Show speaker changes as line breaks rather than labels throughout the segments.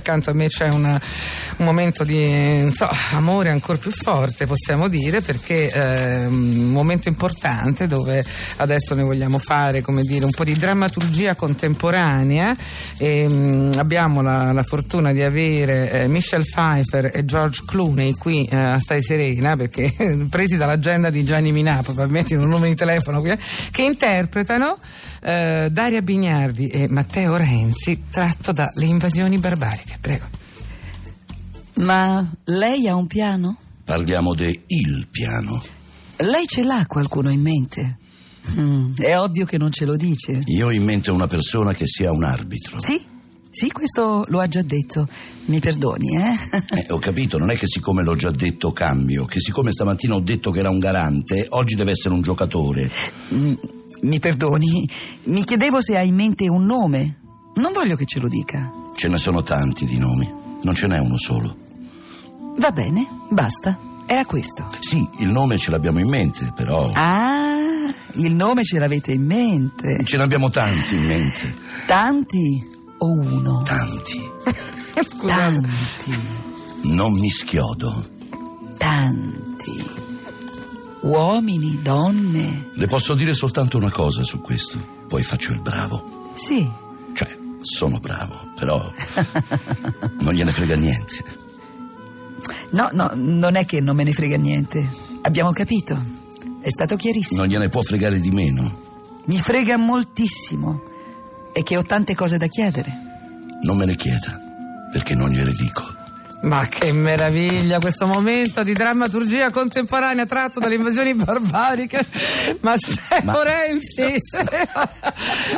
accanto a me c'è una- un momento di non so, amore ancora più forte, possiamo dire, perché è un momento importante dove adesso noi vogliamo fare come dire, un po' di drammaturgia contemporanea. E, mm, abbiamo la, la fortuna di avere eh, Michelle Pfeiffer e George Clooney qui eh, a Stai Serena, perché presi dall'agenda di Gianni Minà, probabilmente in un nome di telefono, qui, eh, che interpretano eh, Daria Bignardi e Matteo Renzi, tratto da Le invasioni barbariche. Prego.
Ma lei ha un piano?
Parliamo de il piano.
Lei ce l'ha qualcuno in mente? Mm, è ovvio che non ce lo dice.
Io ho in mente una persona che sia un arbitro.
Sì, sì, questo lo ha già detto. Mi perdoni, eh?
Eh, ho capito, non è che siccome l'ho già detto cambio, che siccome stamattina ho detto che era un garante, oggi deve essere un giocatore.
Mm, Mi perdoni. Mi chiedevo se ha in mente un nome. Non voglio che ce lo dica.
Ce ne sono tanti di nomi, non ce n'è uno solo.
Va bene, basta. Era questo.
Sì, il nome ce l'abbiamo in mente, però.
Ah, il nome ce l'avete in mente.
Ce ne abbiamo tanti in mente.
Tanti o uno?
Tanti.
Scusate.
Tanti.
Non mi schiodo.
tanti. Uomini, donne.
Le posso dire soltanto una cosa su questo, poi faccio il bravo.
Sì.
Cioè, sono bravo, però. non gliene frega niente.
No, no, non è che non me ne frega niente. Abbiamo capito. È stato chiarissimo.
Non gliene può fregare di meno.
Mi frega moltissimo. E che ho tante cose da chiedere.
Non me ne chieda, perché non gliele dico.
Ma che meraviglia questo momento di drammaturgia contemporanea tratto dalle invasioni barbariche. Matteo
Ma-
Renzi,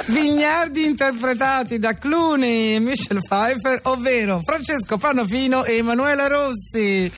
Vignardi interpretati da Clooney e Michelle Pfeiffer, ovvero Francesco Panofino e Emanuela Rossi.